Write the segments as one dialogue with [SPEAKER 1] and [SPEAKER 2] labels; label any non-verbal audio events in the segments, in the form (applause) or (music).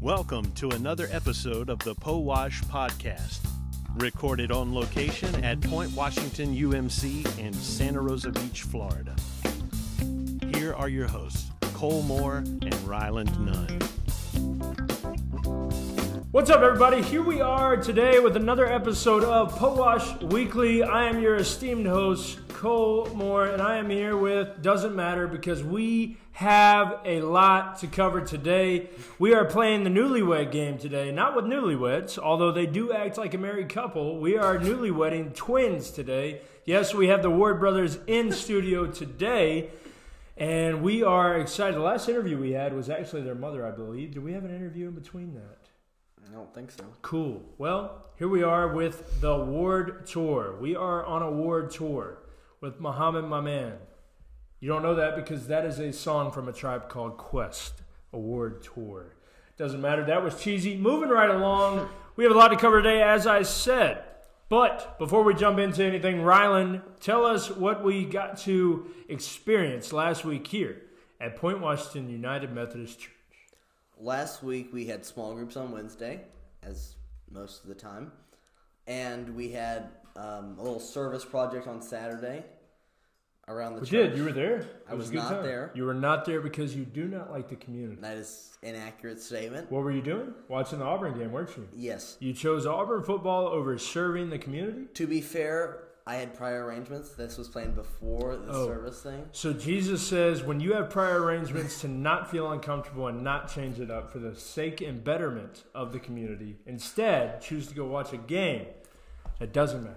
[SPEAKER 1] Welcome to another episode of the Po Wash Podcast, recorded on location at Point Washington UMC in Santa Rosa Beach, Florida. Here are your hosts, Cole Moore and Ryland Nunn.
[SPEAKER 2] What's up, everybody? Here we are today with another episode of Powash Weekly. I am your esteemed host, Cole Moore, and I am here with Doesn't Matter because we have a lot to cover today. We are playing the newlywed game today, not with newlyweds, although they do act like a married couple. We are newlywedding twins today. Yes, we have the Ward brothers in studio today. And we are excited. The last interview we had was actually their mother, I believe. Did we have an interview in between that?
[SPEAKER 3] I don't think so.
[SPEAKER 2] Cool. Well, here we are with the Ward Tour. We are on a Ward Tour with Muhammad, my man. You don't know that because that is a song from a tribe called Quest, a Ward Tour. Doesn't matter. That was cheesy. Moving right along, we have a lot to cover today, as I said. But before we jump into anything, Rylan, tell us what we got to experience last week here at Point Washington United Methodist Church.
[SPEAKER 3] Last week we had small groups on Wednesday, as most of the time, and we had um, a little service project on Saturday around the
[SPEAKER 2] We
[SPEAKER 3] church.
[SPEAKER 2] did. You were there. It
[SPEAKER 3] I was
[SPEAKER 2] a good
[SPEAKER 3] not
[SPEAKER 2] time.
[SPEAKER 3] there.
[SPEAKER 2] You were not there because you do not like the community.
[SPEAKER 3] That is an accurate statement.
[SPEAKER 2] What were you doing? Watching the Auburn game, weren't you?
[SPEAKER 3] Yes.
[SPEAKER 2] You chose Auburn football over serving the community.
[SPEAKER 3] To be fair, I had prior arrangements. This was planned before the
[SPEAKER 2] Oh.
[SPEAKER 3] service thing.
[SPEAKER 2] So Jesus says, when you have prior arrangements to not feel uncomfortable and not change it up for the sake and betterment of the community, instead choose to go watch a game. It doesn't matter.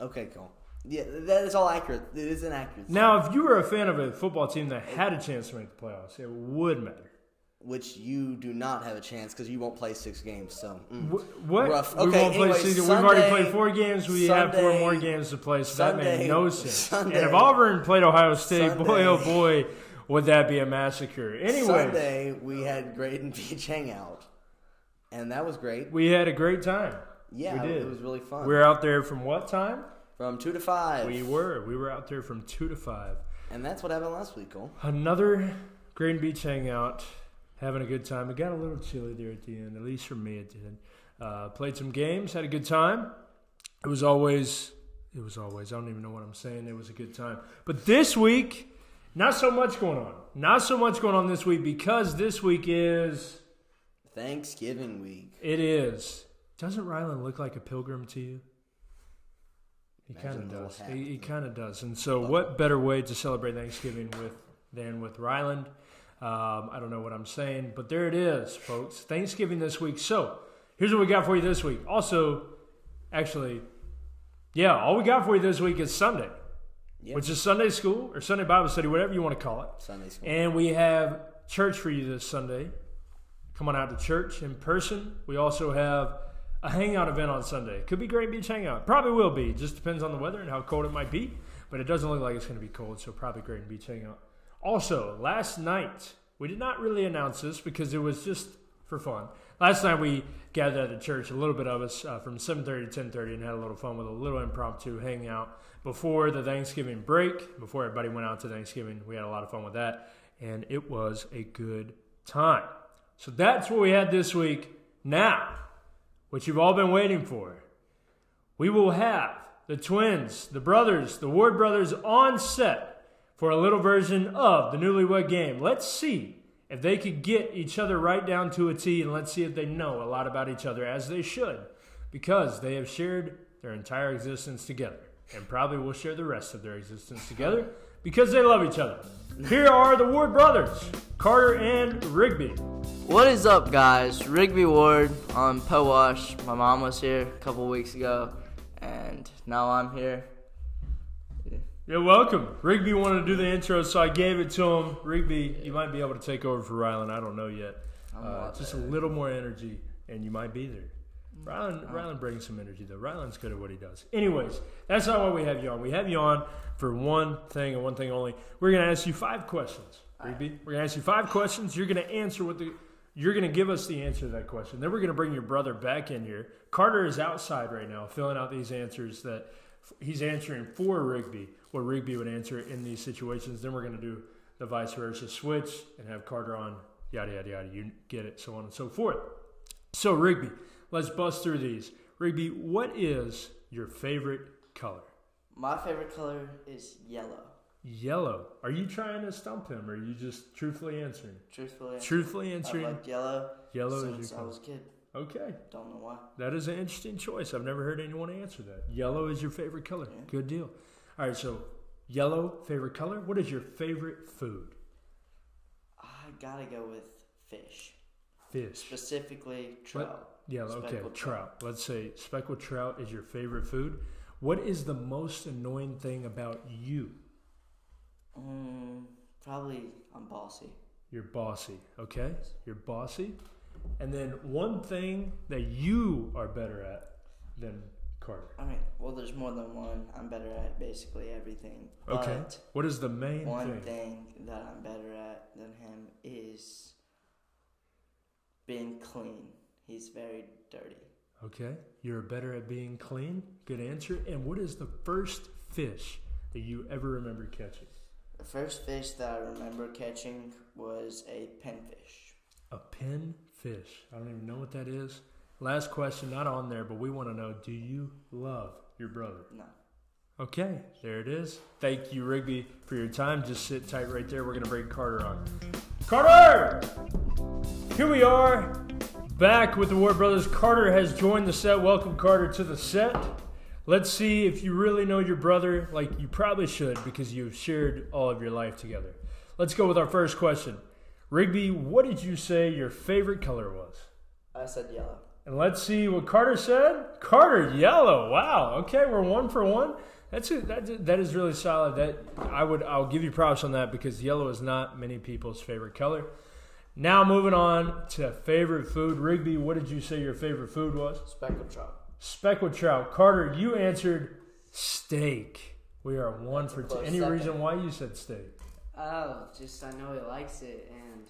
[SPEAKER 3] Okay, cool. Yeah, that is all accurate. It is an accurate. statement,
[SPEAKER 2] Now, if you were a fan of a football team that had a chance to make the playoffs, it would matter.
[SPEAKER 3] Which you do not have a chance because you won't play six games. So mm.
[SPEAKER 2] Wh- What?
[SPEAKER 3] Rough.
[SPEAKER 2] We
[SPEAKER 3] Okay,
[SPEAKER 2] won't play
[SPEAKER 3] anyway,
[SPEAKER 2] season. We've already
[SPEAKER 3] Sunday-
[SPEAKER 2] played four games. We have four
[SPEAKER 3] Sunday-
[SPEAKER 2] more games to play, so that made
[SPEAKER 3] Sunday-
[SPEAKER 2] no sense. And if
[SPEAKER 3] Sunday-
[SPEAKER 2] Auburn played Ohio State, boy,
[SPEAKER 3] Sunday-
[SPEAKER 2] oh boy, would that be a massacre. Anyway,
[SPEAKER 3] Sunday we had Graydon (laughs) Beach hangout, and that was great.
[SPEAKER 2] we had a great time.
[SPEAKER 3] Yeah,
[SPEAKER 2] we did.
[SPEAKER 3] it was really fun.
[SPEAKER 2] We were out there from what time?
[SPEAKER 3] From two to five,
[SPEAKER 2] We were. We were out there from 2 to 5.
[SPEAKER 3] and that's what happened last week, Cole.
[SPEAKER 2] Another Green Beach hangout, having a good time. It got a little chilly there at the end, at least for me it did. Uh, played some games, had a good time. It was always, it was always. I don't even know what I'm saying. It was a good time. But this week, not so much going on. Not so much going on this week because this week is
[SPEAKER 3] Thanksgiving week.
[SPEAKER 2] it is. Doesn't Rylan look like a pilgrim to you? He kind
[SPEAKER 3] Imagine
[SPEAKER 2] of
[SPEAKER 3] the little
[SPEAKER 2] does.
[SPEAKER 3] hat.
[SPEAKER 2] He, he kind of does. And so, what better way to celebrate Thanksgiving with than with Ryland? Um, I don't know what I'm saying, but there it is, folks. Thanksgiving this week. So, here's what we got for you this week. Also, actually, yeah, all we got for you this week is Sunday,
[SPEAKER 3] Yeah.
[SPEAKER 2] which is Sunday school or Sunday Bible study, whatever you want to call it.
[SPEAKER 3] Sunday school.
[SPEAKER 2] And we have church for you this Sunday. Come on out to church in person. We also have a hangout event on Sunday. Could be Great Beach Hangout. Probably will be. Just depends on the weather and how cold it might be. But it doesn't look like it's going to be cold, so probably Great Beach Hangout. Also, last night, we did not really announce this because it was just for fun. Last night we gathered at the church, a little bit of us, uh, from 7.30 to 10.30 and had a little fun with a little impromptu hangout before the Thanksgiving break, before everybody went out to Thanksgiving. We had a lot of fun with that, and it was a good time. So that's what we had this week. Now, what you've all been waiting for, we will have the twins, the brothers, the Ward brothers on set for a little version of the newlywed game. Let's see if they could get each other right down to a T, and let's see if they know a lot about each other as they should, because they have shared their entire existence together and probably will share the rest of their existence together because they love each other. Here are the Ward brothers, Carter and Rigby.
[SPEAKER 4] What is up, guys? Rigby Ward on Powash. My mom was here a couple weeks ago, and now I'm here.
[SPEAKER 2] You're welcome. Rigby wanted to do the intro, so I gave it to him. Rigby, you might be able to take over for Rylan. I don't know yet.
[SPEAKER 4] I'm
[SPEAKER 2] Uh,
[SPEAKER 4] not
[SPEAKER 2] just a
[SPEAKER 4] there.
[SPEAKER 2] little more energy, and you might be there. Rylan, Rylan brings some energy, though. Rylan's good at what he does. Anyways, that's not why we have you on. We have you on for one thing and one thing only. We're going to ask you five questions, Rigby. We're going to ask you five questions. You're going to answer what the. You're going to give us the answer to that question. Then we're going to bring your brother back in here. Carter is outside right now filling out these answers that he's answering for Rigby, what Rigby would answer in these situations. Then we're going to do the vice versa switch and have Carter on yada, yada, yada. You get it, so on and so forth. So, Rigby, let's bust through these. Rigby, what is your favorite color?
[SPEAKER 4] My favorite color is yellow.
[SPEAKER 2] Yellow. Are you trying to stump him or are you just truthfully answering?
[SPEAKER 4] Truthfully,
[SPEAKER 2] Truthfully
[SPEAKER 4] I've
[SPEAKER 2] answering.
[SPEAKER 4] liked yellow.
[SPEAKER 2] Yellow is your
[SPEAKER 4] since I
[SPEAKER 2] color.
[SPEAKER 4] was a kid.
[SPEAKER 2] Okay.
[SPEAKER 4] Don't know why.
[SPEAKER 2] That is an interesting choice. I've never heard anyone answer that. Yellow is your favorite color. Good deal. All right, so yellow, favorite color. What is your favorite food?
[SPEAKER 4] I gotta go with fish,
[SPEAKER 2] Fish.
[SPEAKER 4] specifically
[SPEAKER 2] What-
[SPEAKER 4] trout.
[SPEAKER 2] Yeah, okay.
[SPEAKER 4] Speckled
[SPEAKER 2] Trout. Let's say speckled trout is your favorite food. What is the most annoying thing about you?
[SPEAKER 4] Mm, probably I'm bossy.
[SPEAKER 2] You're bossy, okay? You're bossy. And then one thing that you are better at than Carter.
[SPEAKER 4] I mean, well, there's more than one. I'm better at basically everything.
[SPEAKER 2] Okay.
[SPEAKER 4] But
[SPEAKER 2] what is the main
[SPEAKER 4] one
[SPEAKER 2] thing?
[SPEAKER 4] thing that I'm better at than him is being clean. He's very dirty.
[SPEAKER 2] Okay. You're better at being clean. Good answer. And what is the first fish that you ever remember catching?
[SPEAKER 4] The first fish that I remember catching was a pinfish.
[SPEAKER 2] A pin fish. I don't even know what that is. Last question, not on there, but we want to know do you love your brother?
[SPEAKER 4] No.
[SPEAKER 2] Okay, there it is. Thank you, Rigby, for your time. Just sit tight right there. We're going to bring Carter on. Carter! Here we are, back with the Ward Brothers. Carter has joined the set. Welcome, Carter, to the set. Let's see if you really know your brother like you probably should because you've shared all of your life together. Let's go with our first question. Rigby, what did you say your favorite color was?
[SPEAKER 4] I said yellow.
[SPEAKER 2] And let's see what Carter said. Carter, yellow. Wow. Okay, we're one for one. That's it. That, that is really solid. That I would. I'll give you props on that because yellow is not many people's favorite color. Now moving on to favorite food. Rigby, what did you say your favorite food was?
[SPEAKER 4] Speckled trout.
[SPEAKER 2] Speckled trout. Carter, you answered steak. We are one for two.
[SPEAKER 4] close
[SPEAKER 2] Any
[SPEAKER 4] second.
[SPEAKER 2] reason why you said steak?
[SPEAKER 5] Oh, just I know he likes it, and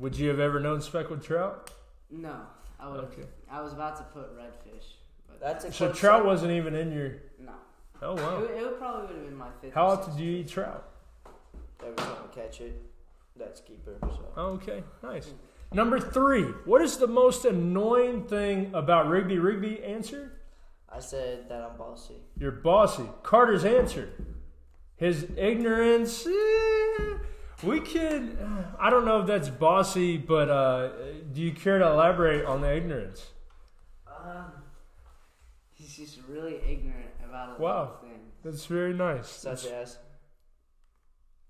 [SPEAKER 2] Would you have ever known speckled trout?
[SPEAKER 5] no, I would.
[SPEAKER 2] Okay.
[SPEAKER 5] I was about to put redfish, but
[SPEAKER 4] That's a
[SPEAKER 2] So
[SPEAKER 4] close
[SPEAKER 2] trout
[SPEAKER 4] second.
[SPEAKER 2] wasn't even in your.
[SPEAKER 5] no.
[SPEAKER 2] Oh wow.
[SPEAKER 5] It, it probably would have been my fifth.
[SPEAKER 2] How
[SPEAKER 5] or
[SPEAKER 2] often
[SPEAKER 5] sixth.
[SPEAKER 2] do you eat trout?
[SPEAKER 4] Every time I catch it, that's keeper. So
[SPEAKER 2] Okay, nice. Number three, what is the most annoying thing about Rigby? Rigby answer?
[SPEAKER 4] I said that I'm bossy.
[SPEAKER 2] You're bossy. Carter's answer. His ignorance. eh, we could. I don't know if that's bossy, but uh, do you care to elaborate on the ignorance?
[SPEAKER 5] Um, he's just really ignorant about a lot
[SPEAKER 2] Wow.
[SPEAKER 5] of things.
[SPEAKER 2] That's very nice.
[SPEAKER 4] Such as,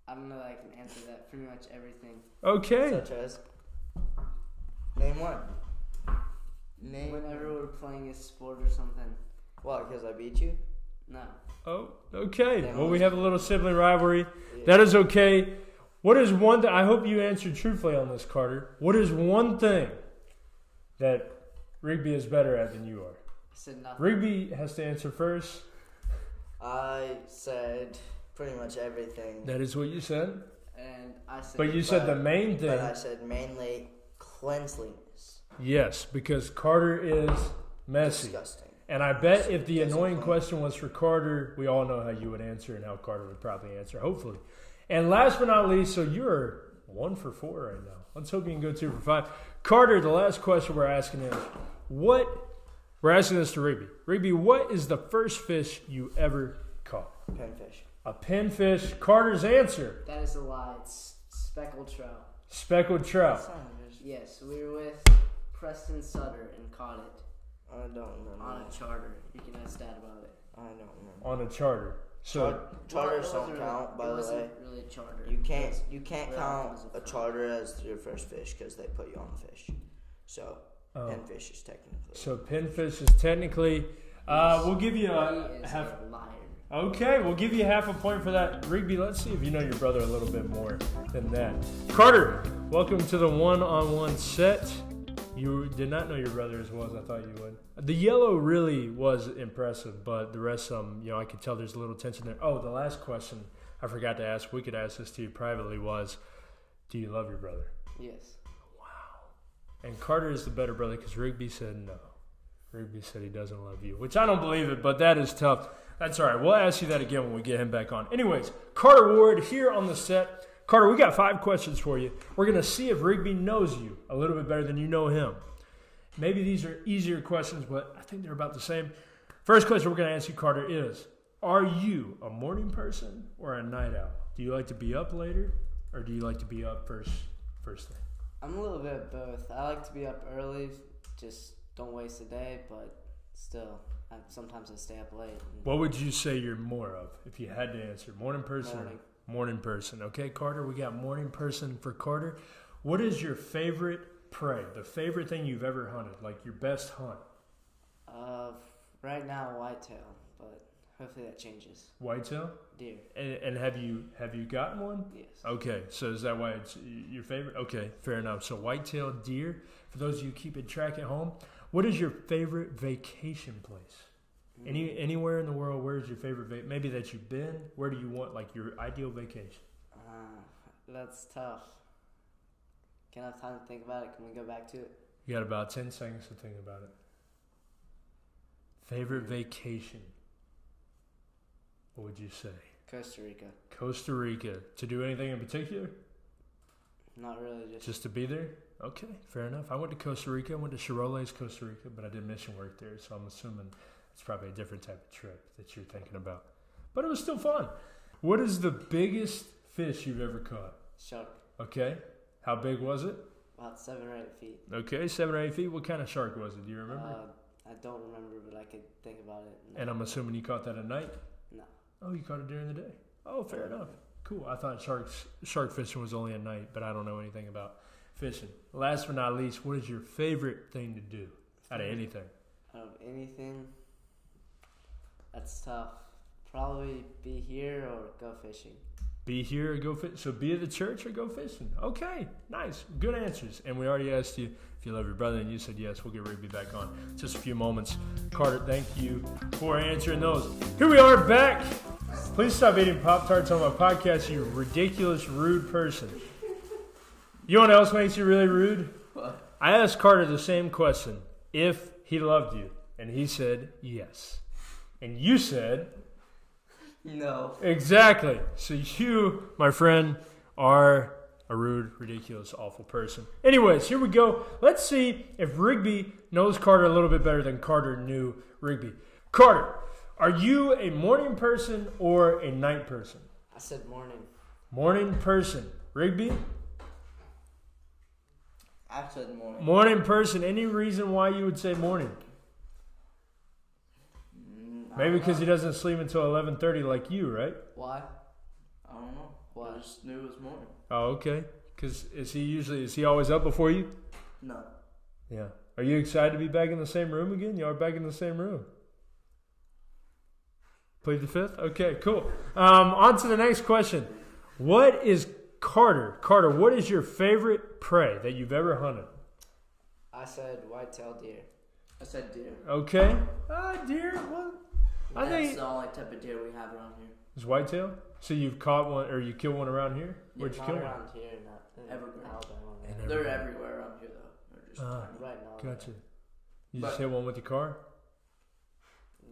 [SPEAKER 5] I don't know that I can answer that. Pretty much everything.
[SPEAKER 2] okay.
[SPEAKER 4] such as. Name one. Name.
[SPEAKER 5] Whenever we're playing a sport or something,
[SPEAKER 4] What? Because I beat you.
[SPEAKER 5] no.
[SPEAKER 2] Oh, okay.
[SPEAKER 4] Damn.
[SPEAKER 2] Well, we have a little sibling rivalry. That is okay. What is one thing? I hope you answered truthfully on this, Carter. What is one thing that Rigby is better at than you are?
[SPEAKER 5] I said nothing.
[SPEAKER 2] Rigby has to answer first.
[SPEAKER 4] I said pretty much everything,
[SPEAKER 2] That is what you said.
[SPEAKER 5] And I said.
[SPEAKER 2] But you said the main
[SPEAKER 4] but
[SPEAKER 2] thing.
[SPEAKER 4] I said mainly cleanliness.
[SPEAKER 2] Yes, because Carter is messy.
[SPEAKER 4] Disgusting.
[SPEAKER 2] And I bet if the annoying question was for Carter, we all know how you would answer and how Carter would probably answer, hopefully. And last but not least, so you're one for four right now. Let's hope you can go two for five. Carter, the last question we're asking is what we're asking this to Rigby. Rigby, what is the first fish you ever caught?
[SPEAKER 4] Pinfish.
[SPEAKER 2] A pinfish. Carter's answer
[SPEAKER 5] That is a lie. It's speckled trout.
[SPEAKER 2] speckled trout.
[SPEAKER 4] Son of a-
[SPEAKER 5] Yes, we were with Preston Sutter and caught it
[SPEAKER 4] I don't
[SPEAKER 5] on
[SPEAKER 4] remember.
[SPEAKER 5] a charter. You can ask Dad about it.
[SPEAKER 4] I don't remember.
[SPEAKER 2] on a charter. So
[SPEAKER 4] Charters
[SPEAKER 5] Well, it wasn't
[SPEAKER 4] don't count,
[SPEAKER 5] really-
[SPEAKER 4] by
[SPEAKER 5] it
[SPEAKER 4] the way.
[SPEAKER 5] wasn't really a charter.
[SPEAKER 4] You
[SPEAKER 5] It
[SPEAKER 4] can't
[SPEAKER 5] was-
[SPEAKER 4] you can't
[SPEAKER 5] Well,
[SPEAKER 4] count
[SPEAKER 5] it was
[SPEAKER 4] a
[SPEAKER 5] a
[SPEAKER 4] charter as your first fish because they put you on the fish. So
[SPEAKER 2] Oh.
[SPEAKER 4] pinfish is technically.
[SPEAKER 2] so pinfish is technically uh, we'll give you
[SPEAKER 5] he
[SPEAKER 2] a
[SPEAKER 5] is
[SPEAKER 2] half
[SPEAKER 5] a liar.
[SPEAKER 2] Okay, we'll give you half a point for that. Rigby, let's see if you know your brother a little bit more than that. Carter, welcome to the one on one set. You did not know your brother as well as I thought you would. The yellow really was impressive, but the rest of them, you know, I could tell there's a little tension there. Oh, the last question I forgot to ask, we could ask this to you privately, was Do you love your brother?
[SPEAKER 5] Yes.
[SPEAKER 2] And Carter is the better brother because Rigby said no. Rigby said he doesn't love you, which I don't believe it, but that is tough. That's all right. We'll ask you that again when we get him back on. Anyways, Carter Ward here on the set. Carter, we got five questions for you. We're going to see if Rigby knows you a little bit better than you know him. Maybe these are easier questions, but I think they're about the same. First question we're going to ask you, Carter, is Are you a morning person or a night owl? Do you like to be up later or do you like to be up first, first thing?
[SPEAKER 5] I'm a little bit of both. I like to be up early, just don't waste the day, but still, I, sometimes I stay up late. and-
[SPEAKER 2] What would you say you're more of if you had to answer? Morning person
[SPEAKER 5] Morning.
[SPEAKER 2] or morning person? Okay, Carter, we got morning person for Carter. What is your favorite prey? The favorite thing you've ever hunted, like your best hunt?
[SPEAKER 5] Uh, right now, whitetail, but hopefully that changes.
[SPEAKER 2] Whitetail?
[SPEAKER 5] Deer,
[SPEAKER 2] And, and have you have you gotten one?
[SPEAKER 5] yes.
[SPEAKER 2] Okay, so is that why it's y- your favorite? Okay, fair enough. So whitetail deer. For those of you keeping track at home, what is your favorite vacation place?
[SPEAKER 5] Mm.
[SPEAKER 2] Any anywhere in the world, where is your favorite? Va- maybe that you've been. Where do you want like your ideal vacation?
[SPEAKER 5] Uh, that's tough. Can I have time to think about it? Can we go back to it?
[SPEAKER 2] You got about 10 seconds to think about it. Favorite vacation? What would you say?
[SPEAKER 5] Costa Rica.
[SPEAKER 2] Costa Rica. To do anything in particular?
[SPEAKER 5] Not really, just.
[SPEAKER 2] Just to be there? Okay, fair enough. I went to Costa Rica. I went to Chiroles, Costa Rica, but I did mission work there, so I'm assuming it's probably a different type of trip that you're thinking about. But it was still fun. What is the biggest fish you've ever caught?
[SPEAKER 5] shark.
[SPEAKER 2] Okay, how big was it?
[SPEAKER 5] About seven or eight feet.
[SPEAKER 2] Okay, seven or eight feet. What kind of shark was it? Do you remember?
[SPEAKER 5] Uh, I don't remember, but I could think about it. No.
[SPEAKER 2] and uh, I'm assuming you caught that at night?
[SPEAKER 5] no.
[SPEAKER 2] Oh, you caught it during the day. Oh, fair enough. Cool. I thought sharks shark fishing was only at night, but I don't know anything about fishing. Last but not least, what is your favorite thing to do out of anything?
[SPEAKER 5] Out of anything, that's tough. Probably be here or go fishing.
[SPEAKER 2] Be here or go fish. So be at the church or go fishing. Okay, nice, good answers. And we already asked you if you love your brother, and you said yes. We'll get Rigby back on in just a few moments. Carter, thank you for answering those. Here we are back. Please stop eating Pop Tarts on my podcast, you ridiculous, rude person. You know what else makes you really rude? I asked Carter the same question if he loved you, and he said yes. And you said
[SPEAKER 4] No.
[SPEAKER 2] Exactly. So you, my friend, are a rude, ridiculous, awful person. Anyways, here we go. Let's see if Rigby knows Carter a little bit better than Carter knew Rigby. Carter, are you a morning person or a night person?
[SPEAKER 5] I said morning.
[SPEAKER 2] Morning person. Rigby,
[SPEAKER 4] I said morning.
[SPEAKER 2] morning person. Any reason why you would say morning? Maybe because he doesn't sleep until 11:30 like you, right?
[SPEAKER 5] Why?
[SPEAKER 4] I don't know.
[SPEAKER 5] Why?
[SPEAKER 4] I just knew it was morning.
[SPEAKER 2] Oh, okay. Because is he usually is he always up before you?
[SPEAKER 4] No.
[SPEAKER 2] Yeah. Are you excited to be back in the same room again? You are back in the same room. Plead the fifth? Okay, cool. Um, on to the next question. What is Carter? Carter, what is your favorite prey that you've ever hunted?
[SPEAKER 5] I said white-tailed deer.
[SPEAKER 4] I said deer.
[SPEAKER 2] Okay. Ah, deer. What? I
[SPEAKER 4] That's
[SPEAKER 2] think
[SPEAKER 4] the only type of deer we have around here.
[SPEAKER 2] it's whitetail. So you've caught one or you killed one around here? Where'd you
[SPEAKER 5] Not
[SPEAKER 2] kill one?
[SPEAKER 5] around here, not in
[SPEAKER 4] Evergreen.
[SPEAKER 5] Alabama.
[SPEAKER 2] In
[SPEAKER 4] They're
[SPEAKER 2] Evergreen.
[SPEAKER 4] everywhere around here though. They're just
[SPEAKER 2] Ah.
[SPEAKER 4] tiny.
[SPEAKER 5] Right now.
[SPEAKER 2] Gotcha. You just
[SPEAKER 4] But-
[SPEAKER 2] hit one with your car?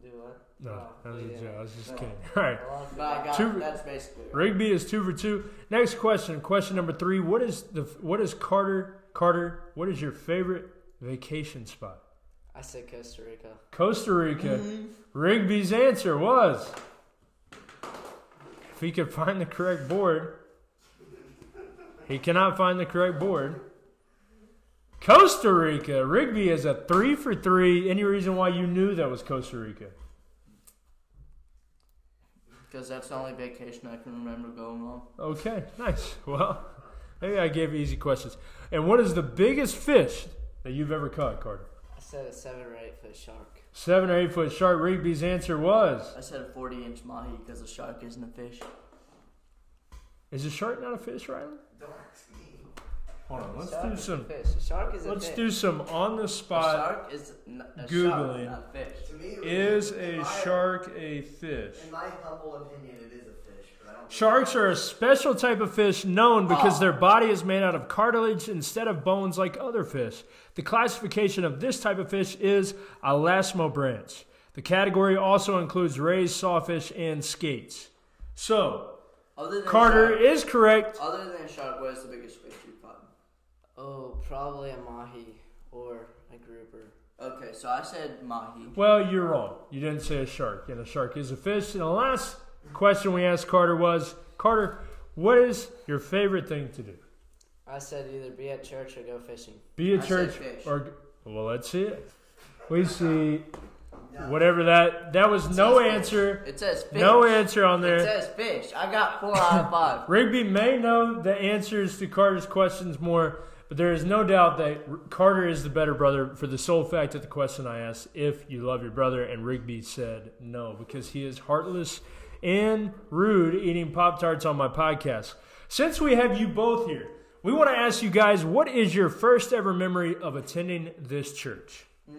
[SPEAKER 5] Do what?
[SPEAKER 2] No,
[SPEAKER 5] Oh,
[SPEAKER 2] that was a
[SPEAKER 5] yeah.
[SPEAKER 2] joke. I was just
[SPEAKER 4] No.
[SPEAKER 2] kidding. (laughs) All right.
[SPEAKER 5] I love
[SPEAKER 4] But I got
[SPEAKER 2] Two-
[SPEAKER 4] that's basically it.
[SPEAKER 2] Rigby is two for two. Next question, question number three. What is the what is Carter Carter? What is your favorite vacation spot?
[SPEAKER 5] I said Costa Rica.
[SPEAKER 2] Costa Rica. Rigby's answer was if he could find the correct board. He cannot find the correct board. Costa Rica. Rigby is a three for three. Any reason why you knew that was Costa Rica?
[SPEAKER 4] Because that's the only vacation I can remember going on.
[SPEAKER 2] Okay, nice. Well, maybe I gave you easy questions. And what is the biggest fish that you've ever caught, Carter?
[SPEAKER 5] I said a seven or eight foot shark.
[SPEAKER 2] Seven or eight foot shark. Rigby's answer was.
[SPEAKER 4] I said a 40 inch mahi because a shark isn't a fish.
[SPEAKER 2] Is a shark not a fish, Riley? Hold on. Let's
[SPEAKER 5] Shark
[SPEAKER 2] do
[SPEAKER 5] is a
[SPEAKER 2] some.
[SPEAKER 5] fish. A shark is a
[SPEAKER 2] Let's
[SPEAKER 5] fish.
[SPEAKER 2] do some on the
[SPEAKER 4] A
[SPEAKER 2] spot.
[SPEAKER 4] shark is n- a shark,
[SPEAKER 2] Googling.
[SPEAKER 4] not a fish.
[SPEAKER 3] To me, it
[SPEAKER 2] Is
[SPEAKER 3] was-
[SPEAKER 2] a
[SPEAKER 3] in my-
[SPEAKER 2] shark a fish?
[SPEAKER 3] In my humble opinion, it is a fish, but I don't. think-
[SPEAKER 2] Sharks are a special type of fish known because
[SPEAKER 4] Ah.
[SPEAKER 2] their body is made out of cartilage instead of bones like other fish. The classification of this type of fish is elasmobranch. The category also includes rays, sawfish, and skates. So,
[SPEAKER 4] Other than
[SPEAKER 2] Carter
[SPEAKER 4] Shark,
[SPEAKER 2] is correct.
[SPEAKER 4] other than shark, what is the biggest fish you've caught?
[SPEAKER 5] Oh, probably a mahi or a grouper.
[SPEAKER 4] Okay, so I said mahi.
[SPEAKER 2] Well, you're wrong. You didn't say a shark, and a shark is a fish. And the last question we asked Carter was Carter, what is your favorite thing to do?
[SPEAKER 5] I said either be at church or go fishing.
[SPEAKER 2] Be a
[SPEAKER 4] said
[SPEAKER 2] church
[SPEAKER 4] fish.
[SPEAKER 2] or well, let's see it. We see whatever that that was no
[SPEAKER 4] says fish.
[SPEAKER 2] answer.
[SPEAKER 4] It says fish.
[SPEAKER 2] No answer on
[SPEAKER 4] It
[SPEAKER 2] there.
[SPEAKER 4] says fish. I got four out of five.
[SPEAKER 2] Rigby may know the answers to Carter's questions more, but there is no doubt that R- Carter is the better brother for the sole fact that the question I asked if you love your brother and Rigby said no because he is heartless and rude eating pop tarts on my podcast. Since we have you both here, we want to ask you guys what is your first ever memory of attending this church?
[SPEAKER 4] (laughs)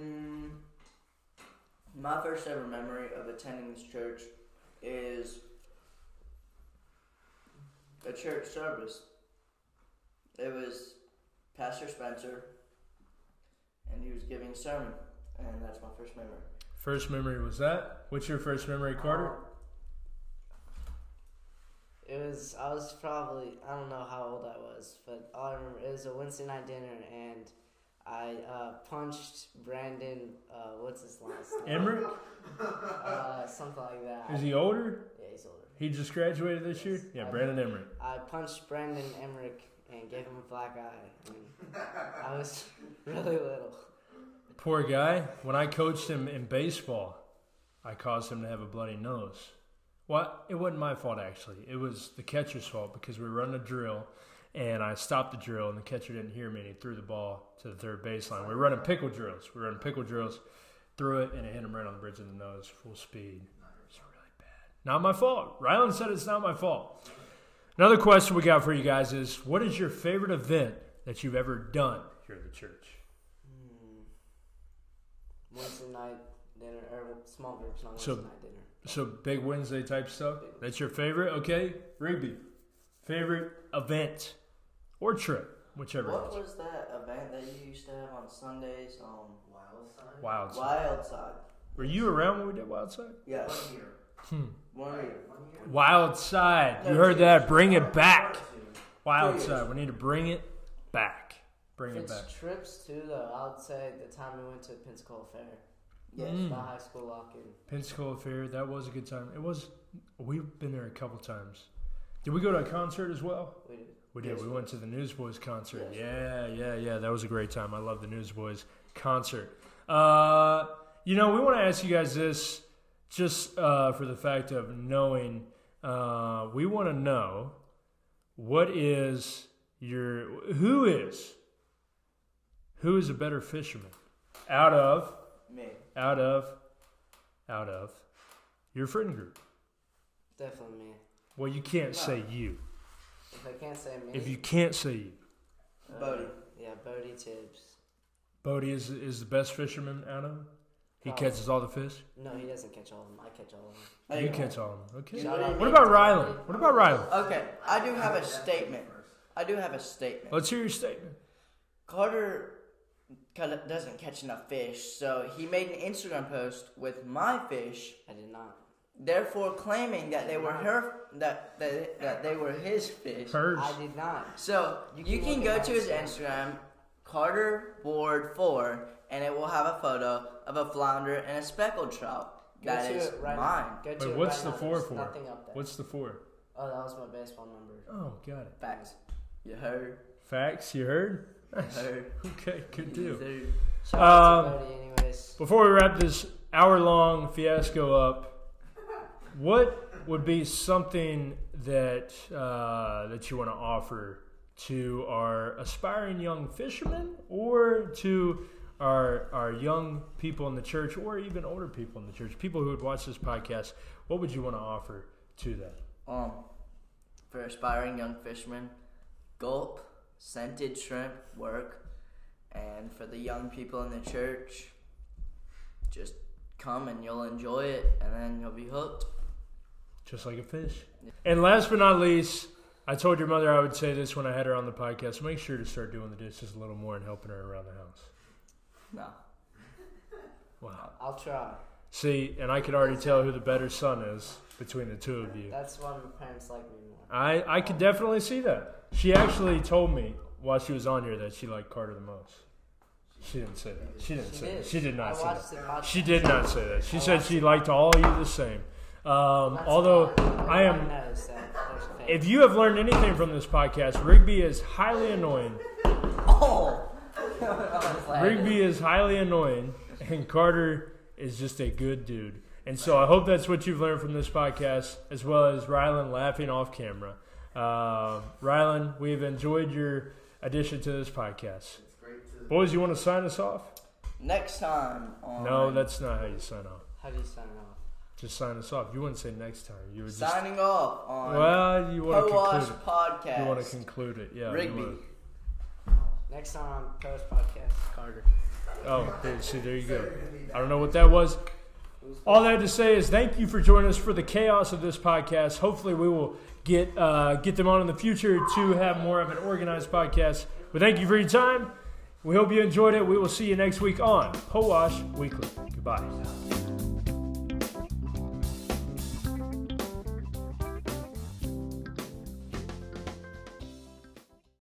[SPEAKER 4] My first ever memory of attending this church is a church service. It was Pastor Spencer, and he was giving a sermon, and that's my first memory.
[SPEAKER 2] First memory was that. What's your first memory, Carter?
[SPEAKER 5] It was I was probably I don't know how old I was, but all I remember it was a Wednesday night dinner and I uh, punched Brandon. Uh, what's his last
[SPEAKER 2] (laughs)
[SPEAKER 5] name?
[SPEAKER 2] Emmerich?
[SPEAKER 5] Uh, something like that.
[SPEAKER 2] Is he older?
[SPEAKER 5] yeah, he's older.
[SPEAKER 2] He just graduated this year? Yeah, Brandon Emmerich.
[SPEAKER 5] I punched Brandon Emmerich and gave him a black eye. And I was (laughs) really little.
[SPEAKER 2] Poor guy. When I coached him in baseball, I caused him to have a bloody nose. Well, it wasn't my fault actually. It was the catcher's fault because we were running a drill, and I stopped the drill, and the catcher didn't hear me, and he threw the ball to the third baseline. We were running pickle drills. We were running pickle drills, threw it, and it hit him right on the bridge of the nose, full speed. It's really bad. Not my fault. Ryland said it's not my fault. Another question we got for you guys is: What is your favorite event that you've ever done here at the church?
[SPEAKER 5] Wednesday night dinner or small groups, not
[SPEAKER 2] So-
[SPEAKER 5] Wednesday night dinner.
[SPEAKER 2] So big Wednesday type stuff. That's your favorite, okay? Rigby, favorite event or trip, whichever.
[SPEAKER 4] What
[SPEAKER 2] Wow.
[SPEAKER 4] was that event that you used to have on Sundays? Um, Wild Side.
[SPEAKER 2] Wild. Side.
[SPEAKER 4] Wild Side.
[SPEAKER 2] Were you around when we did Wild Side?
[SPEAKER 4] Yeah. One year. One year.
[SPEAKER 2] Wild Side. You heard that? Bring it back. Wild Side. We need to bring it back. Bring it
[SPEAKER 5] It's
[SPEAKER 2] back.
[SPEAKER 5] trips too, though. I would say the time we went to Pensacola Fair,
[SPEAKER 4] Yes.
[SPEAKER 2] Mm.
[SPEAKER 5] the high school lock-in.
[SPEAKER 2] Pensacola Fair. That was a good time. It was. We've been there a couple times. Did we go to a concert as well?
[SPEAKER 5] We did.
[SPEAKER 2] We did. we went to the Newsboys concert. Yeah, yeah, yeah. That was a great time. I love the Newsboys concert. Uh, you know, we want to ask you guys this just uh, for the fact of knowing. Uh, we want to know what is your who is who is a better fisherman out of
[SPEAKER 4] Me.
[SPEAKER 2] out of out of your friend group.
[SPEAKER 5] Definitely me.
[SPEAKER 2] Well, you can't say you
[SPEAKER 5] If I can't say me,
[SPEAKER 2] if you can't say you.
[SPEAKER 4] Bodie.
[SPEAKER 5] yeah, Bodie Tibbs.
[SPEAKER 2] Bodie is is the best fisherman out of 'em? He
[SPEAKER 5] Probably.
[SPEAKER 2] catches all the fish.
[SPEAKER 5] No, he doesn't catch all of them. I catch all of them.
[SPEAKER 2] You catch all of them. Okay.
[SPEAKER 4] Shout out
[SPEAKER 2] What
[SPEAKER 4] to
[SPEAKER 2] about
[SPEAKER 5] Bodie.
[SPEAKER 2] Ryland? What about Ryland?
[SPEAKER 4] Okay, I do have a statement. I do have a statement.
[SPEAKER 2] Let's hear your statement.
[SPEAKER 4] Carter kinda doesn't catch enough fish, so he made an Instagram post with my fish,
[SPEAKER 5] I did not.
[SPEAKER 4] therefore claiming that they were her that that, that they were his fish.
[SPEAKER 2] Hers.
[SPEAKER 5] I did not.
[SPEAKER 4] So you can,
[SPEAKER 5] look
[SPEAKER 4] go
[SPEAKER 5] at
[SPEAKER 4] to
[SPEAKER 5] my
[SPEAKER 4] his Instagram, Carter Ward Four, and it will have a photo of a flounder and a speckled trout.
[SPEAKER 5] Go
[SPEAKER 4] That
[SPEAKER 5] to
[SPEAKER 4] is
[SPEAKER 5] it right
[SPEAKER 4] mine.
[SPEAKER 5] Now. Go to
[SPEAKER 2] Wait,
[SPEAKER 5] it
[SPEAKER 2] what's
[SPEAKER 5] right
[SPEAKER 2] the
[SPEAKER 5] now.
[SPEAKER 2] four
[SPEAKER 5] There's
[SPEAKER 2] for?
[SPEAKER 5] Nothing up there.
[SPEAKER 2] What's the four?
[SPEAKER 5] Oh, that was my baseball number.
[SPEAKER 2] Oh, got it.
[SPEAKER 4] Facts. You heard.
[SPEAKER 2] Facts. You heard? (laughs)
[SPEAKER 4] You heard.
[SPEAKER 2] Okay. Good
[SPEAKER 4] You
[SPEAKER 2] deal.
[SPEAKER 4] heard.
[SPEAKER 5] Shout out
[SPEAKER 2] Um,
[SPEAKER 5] to Bodie, anyways.
[SPEAKER 2] Before we wrap this hour long fiasco up, what would be something that uh, that you want to offer to our aspiring young fishermen, or to our our young people in the church, or even older people in the church, people who would watch this podcast? What would you want to offer to them?
[SPEAKER 4] Um, for aspiring young fishermen, gulp scented shrimp work, and for the young people in the church, just come and you'll enjoy it, and then you'll be hooked.
[SPEAKER 2] just like a fish. And last but not least, I told your mother I would say this when I had her on the podcast. Make sure to start doing the dishes a little more and helping her around the house.
[SPEAKER 4] No,
[SPEAKER 2] Wow.
[SPEAKER 5] I'll try.
[SPEAKER 2] See, and I could already tell who the better son is between the two of you.
[SPEAKER 5] That's why my parents like me more.
[SPEAKER 2] I, I could definitely see that. She actually told me while she was on here that she liked Carter the most. She didn't say that. She didn't say that. She did not
[SPEAKER 5] I
[SPEAKER 2] say that.
[SPEAKER 5] watched the podcast.
[SPEAKER 2] She did not say that. She said she liked all of you the same. Um,
[SPEAKER 5] That's
[SPEAKER 2] although
[SPEAKER 5] fine.
[SPEAKER 2] I am
[SPEAKER 5] Everyone knows that. There's a fake.
[SPEAKER 2] If you have learned anything from this podcast, Rigby is highly annoying.
[SPEAKER 4] (laughs)
[SPEAKER 3] Oh,
[SPEAKER 2] Rigby is highly annoying, and Carter is just a good dude. And so I hope that's what you've learned from this podcast, as well as Rylan laughing off camera. Uh, Rylan, we have enjoyed your addition to this podcast. Boys, you want to sign us off?
[SPEAKER 4] Next time on
[SPEAKER 2] No, that's not how you sign off.
[SPEAKER 5] How do you sign off?
[SPEAKER 2] Just sign us off. You wouldn't say next time. You would just
[SPEAKER 4] signing off on
[SPEAKER 2] well, you want to
[SPEAKER 4] Wash
[SPEAKER 2] conclude it. You want to
[SPEAKER 4] Podcast.
[SPEAKER 2] conclude it, yeah. you
[SPEAKER 4] Rigby.
[SPEAKER 2] wanna-
[SPEAKER 5] Next time on Post Podcast, Carter.
[SPEAKER 2] Oh, there- see, there you go. I don't know what that was. All I had to say is thank you for joining us for the chaos of this podcast. Hopefully, we will get uh, get them on in the future to have more of an organized podcast. But thank you for your time. We hope you enjoyed it. We will see you next week on Po Wash Weekly. Goodbye.